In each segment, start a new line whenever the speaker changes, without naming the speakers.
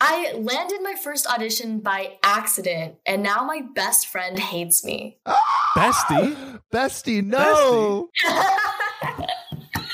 I landed my first audition by accident, and now my best friend hates me.
Bestie?
Bestie, no.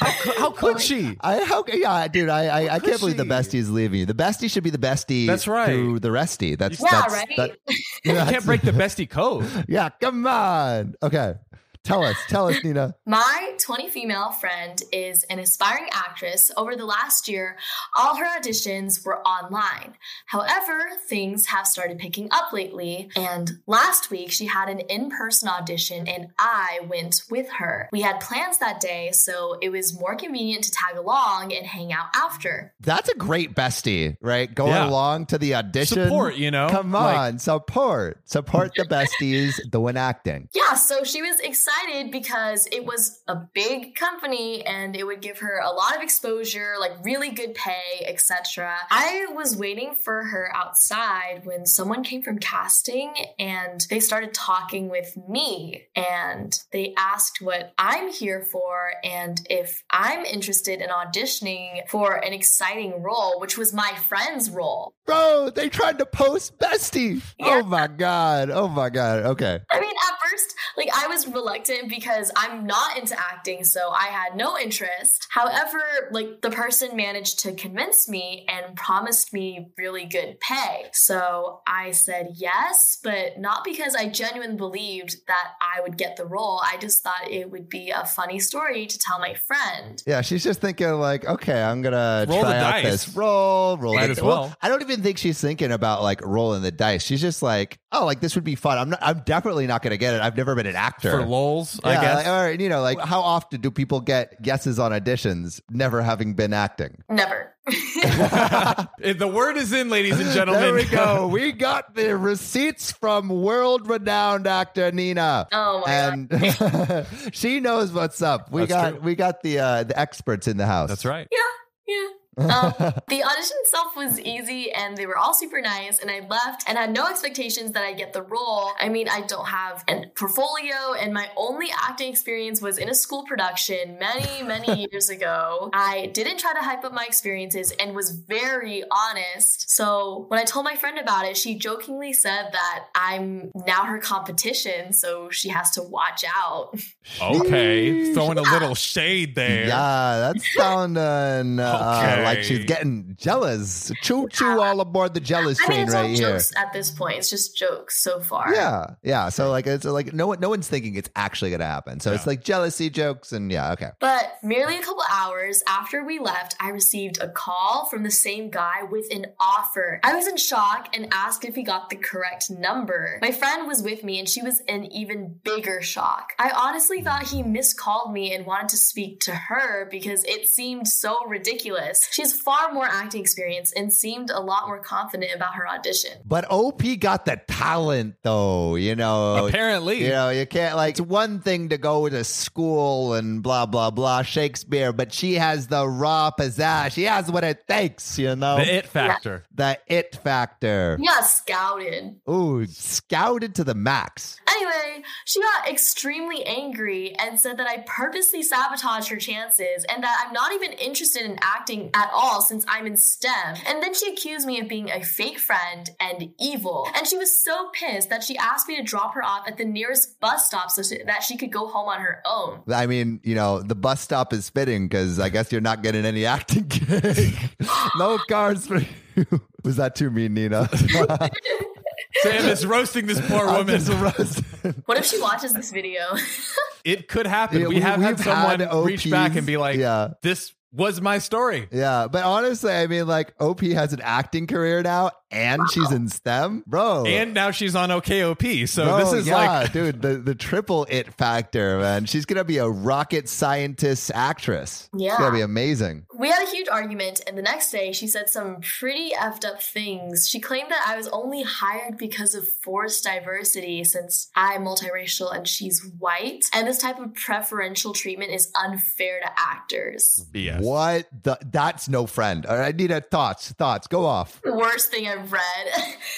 How, cou- how could she?
I how yeah, dude, I I, I
could
can't believe the
she?
bestie is leaving you. The bestie should be the bestie.
That's right.
To the restie. That's
Yeah,
that's,
right?
that-
You
that's-
can't break the bestie code.
Yeah, come on. Okay, tell us, tell us, Nina.
My 20 female friend is an aspiring actress. Over the last year, all her auditions were online. However, things have started picking up lately, and last week she had an in person audition and I went with her. We had plans that day, so it was more convenient to tag along and hang out after.
That's a great bestie, right? Going
Yeah.
along to the audition.
Support, you know?
Come on,
Like-
support, support the besties, the one acting.
Yeah, so she was excited because it was a big company and it would give her a lot of exposure, like really good pay, etc. I was waiting for her outside when someone came from casting and they started talking with me and they asked what I'm here for and if I'm interested in auditioning for an exciting role, which was my friend's role.
Bro, they tried to post bestie.
Yeah.
Oh my god. Oh my god. Okay.
I mean, at first, like I was reluctant because I'm not into acting, so I had no interest. However, like the person managed to convince me and promised me really good pay. So I said yes, but not because I genuinely believed that I would get the role. I just thought it would be a funny story to tell my friend.
Yeah, she's just thinking like, okay, I'm gonna
Roll
try
the
out
dice.
this roll, roll
Might
the-
as well.
I don't even think she's thinking about like rolling the dice. She's just like, oh, like this would be fun. I'm not. I'm definitely not gonna get it. I've never been an actor.
For lols,
yeah,
I guess.
Like, or you know, like how often do people get yeses on auditions, never having been acting?
Never.
the word is in, ladies and gentlemen.
There we go. We got the receipts from world-renowned actor Nina.
Oh my god.
and she knows what's up. We
That's
got
true.
we got the uh, the experts in the house.
That's right.
Yeah. Um, the audition itself was easy and they were all super nice and i left and had no expectations that i'd get the role i mean i don't have a portfolio and my only acting experience was in a school production many many years ago i didn't try to hype up my experiences and was very honest so when i told my friend about it she jokingly said that i'm now her competition so she has to watch out
Okay. Throwing a little shade there.
Yeah, that's sounding uh,
Okay.
like she's getting jealous. Choo choo, all aboard the jealous
i mean
train
it's all
right here.
jokes at this point it's just jokes so far
Yeah, yeah. So like, it's like no one, no one's thinking it's actually gonna happen. So it's
Yeah.
like jealousy jokes and yeah, okay.
But merely a couple hours after we left, I received a call from the same guy with an offer. I was in shock and asked if he got the correct number. My friend was with me and she was in even bigger shock. I honestly thought he miscalled me and wanted to speak to her because it seemed so ridiculous. She has far more acting experience and seemed a lot more confident about her audition.
But OP got the talent though, you know.
Apparently.
You know, you can't like it's one thing to go to school and blah blah blah Shakespeare, but she has the raw pizzazz. She has what it takes, you know.
The it factor.
the it factor.
He got scouted.
Ooh, scouted to the max.
Anyway, she got extremely angry and said that I purposely sabotaged her chances and that I'm not even interested in acting at all since I'm in STEM. And then she accused me of being a fake friend and evil. And she was so pissed that she asked me to drop her off at the nearest bus stop so she- that she could go home on her own.
I mean, you know, the bus stop is fitting because I guess you're not getting any acting gig. no cars for you. Was that too mean, Nina?
Sam is roasting this poor
I'm
woman.
just roasting.
What if she watches this video?
It could happen.
Yeah,
we,
we-
have had
we've
someone
had
reach
OPs.
back and be like,
Yeah.
this was my story.
Yeah, but honestly, I mean, like OP has an acting career now, and she's in STEM, bro.
And now she's on OKOP. So
Bro,
this is
yeah,
like,
dude, the the triple it factor, man. She's gonna be a rocket scientist actress.
Yeah.
it's gonna be amazing.
We had a huge argument, and the next day she said some pretty effed up things. She claimed that I was only hired because of forced diversity since I'm multiracial and she's white, and this type of preferential treatment is unfair to actors.
BS.
What? The, that's no friend. All right, Nina, thoughts, thoughts. Go off.
The worst thing I've read.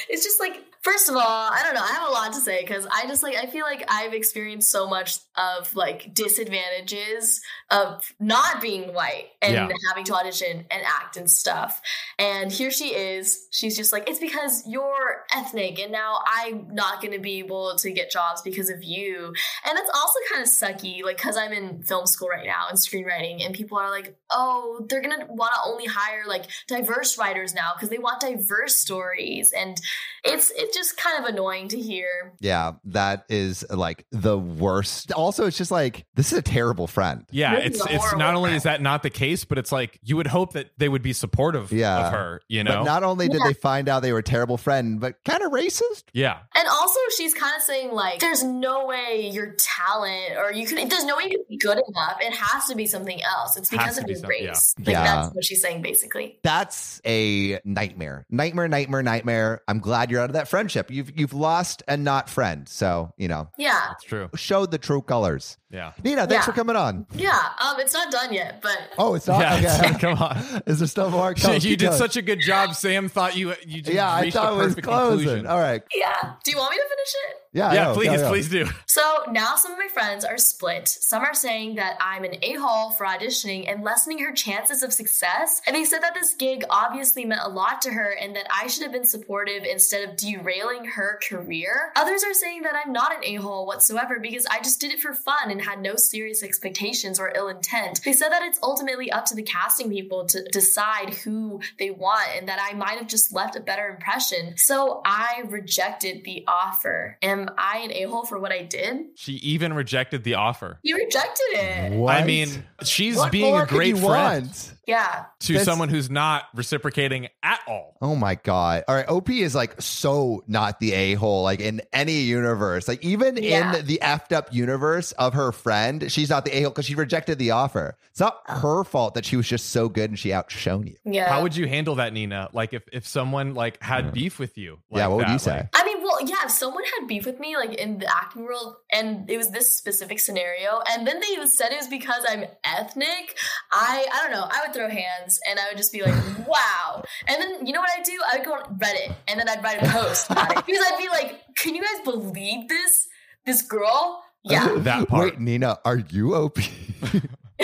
it's just like First of all, I don't know. I have a lot to say because I just like I feel like I've experienced so much of like disadvantages of not being white and
Yeah.
having to audition and act and stuff. And here she is. She's just like, it's because you're ethnic, and now I'm not going to be able to get jobs because of you. And it's also kind of sucky, like, because I'm in film school right now and screenwriting, and people are like, oh, they're going to want to only hire like diverse writers now because they want diverse stories. And it's it's just kind of annoying to hear.
Yeah, that is uh, like the worst. Also, it's just like this is a terrible friend.
Yeah,
This is
it's
a
it's not
horrible
only is that not the case, but it's like you would hope that they would be supportive
Yeah.
of her, you
But
know?
not only did they find out they were a terrible friend, but kind of racist.
yeah.
And also, she's kind of saying like, "There's no way your talent, or you could. There's no way you could be good enough. It has to be something else. It's
Has
because
to
of
be
your
something-
race." Like
Yeah.
that's what she's saying basically.
That's a nightmare. Nightmare, nightmare, nightmare. I'm glad you're out of that friendship. You've you've lost a not friend. So, you know,
Yeah,
That's true.
showed the true colors.
Yeah.
Nina, thanks
Yeah.
for coming on.
yeah. Um, it's not done yet, but
Oh, it's not
yeah, it's
okay.
like, come on.
is there still more?
So
No,
you
keep
did
going.
such a good job. Sam thought you you just
Yeah, I
reached
thought
the
it was
perfect
closing.
conclusion.
All right.
yeah. Do you want me to finish it?
Yeah.
yeah,
no,
please,
no, no.
please do.
So now some of my friends are split. Some are saying that I'm an a hole for auditioning and lessening her chances of success. And they said that this gig obviously meant a lot to her and that I should have been supportive instead of derailing her career. Others are saying that I'm not an a hole whatsoever because I just did it for fun and had no serious expectations or ill intent. They said that it's ultimately up to the casting people to decide who they want and that I might have just left a better impression. So I rejected the offer. Am I an a hole for what I did?
She even rejected the offer.
You rejected it.
Mm-hmm.
I mean, she's
What
being
more
a
could you
great friend
want?
Yeah.
to
That's-
someone who's not reciprocating at all.
Oh my god! All right, OP is like so not the a hole. Like in any universe, like even
Yeah.
in the effed up universe of her friend, she's not the a hole because she rejected the offer. It's not
Oh.
her fault that she was just so good and she outshone you.
Yeah.
How would you handle that, Nina? Like if if someone like had
Mm.
beef with you, like
Yeah, what would
that,
you say?
like-
I mean, well, yeah, if someone had beef with me, like in the acting world, and it was this specific scenario, and then they even said it was because I'm ethnic, I I don't know, I would throw hands and I would just be like, wow. And then you know what I'd do? I would go on Reddit and then I'd write a post about it. Because I'd be like, can you guys believe this? This girl? Yeah.
That part.
Wait, Nina, are you OP?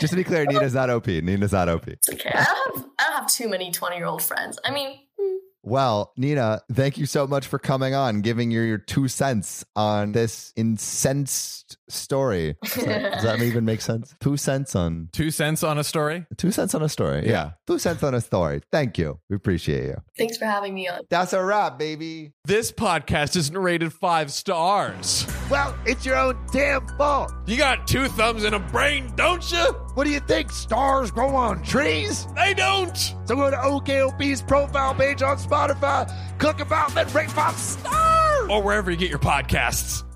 just to be clear, Nina's not OP. Nina's not OP.
It's okay. I don't have I don't have too many 20 year old friends. I mean, hmm.
Well, Nina, thank you so much for coming on, giving your, your two cents on this incensed story. Does that, does that even make sense? Two cents on
two cents on a story?
two cents on a story. Yeah.
Yeah.
Two cents on a story. Thank you. We appreciate you.
thanks for having me on.
That's a wrap, baby.
This podcast isn't rated five stars.
Well, it's your own damn fault.
You got two thumbs and a brain, don't you?
What do you think? Stars grow on trees?
They don't.
So go to OKOP's profile page on Spotify, click about, then rate five stars.
Or wherever you get your podcasts.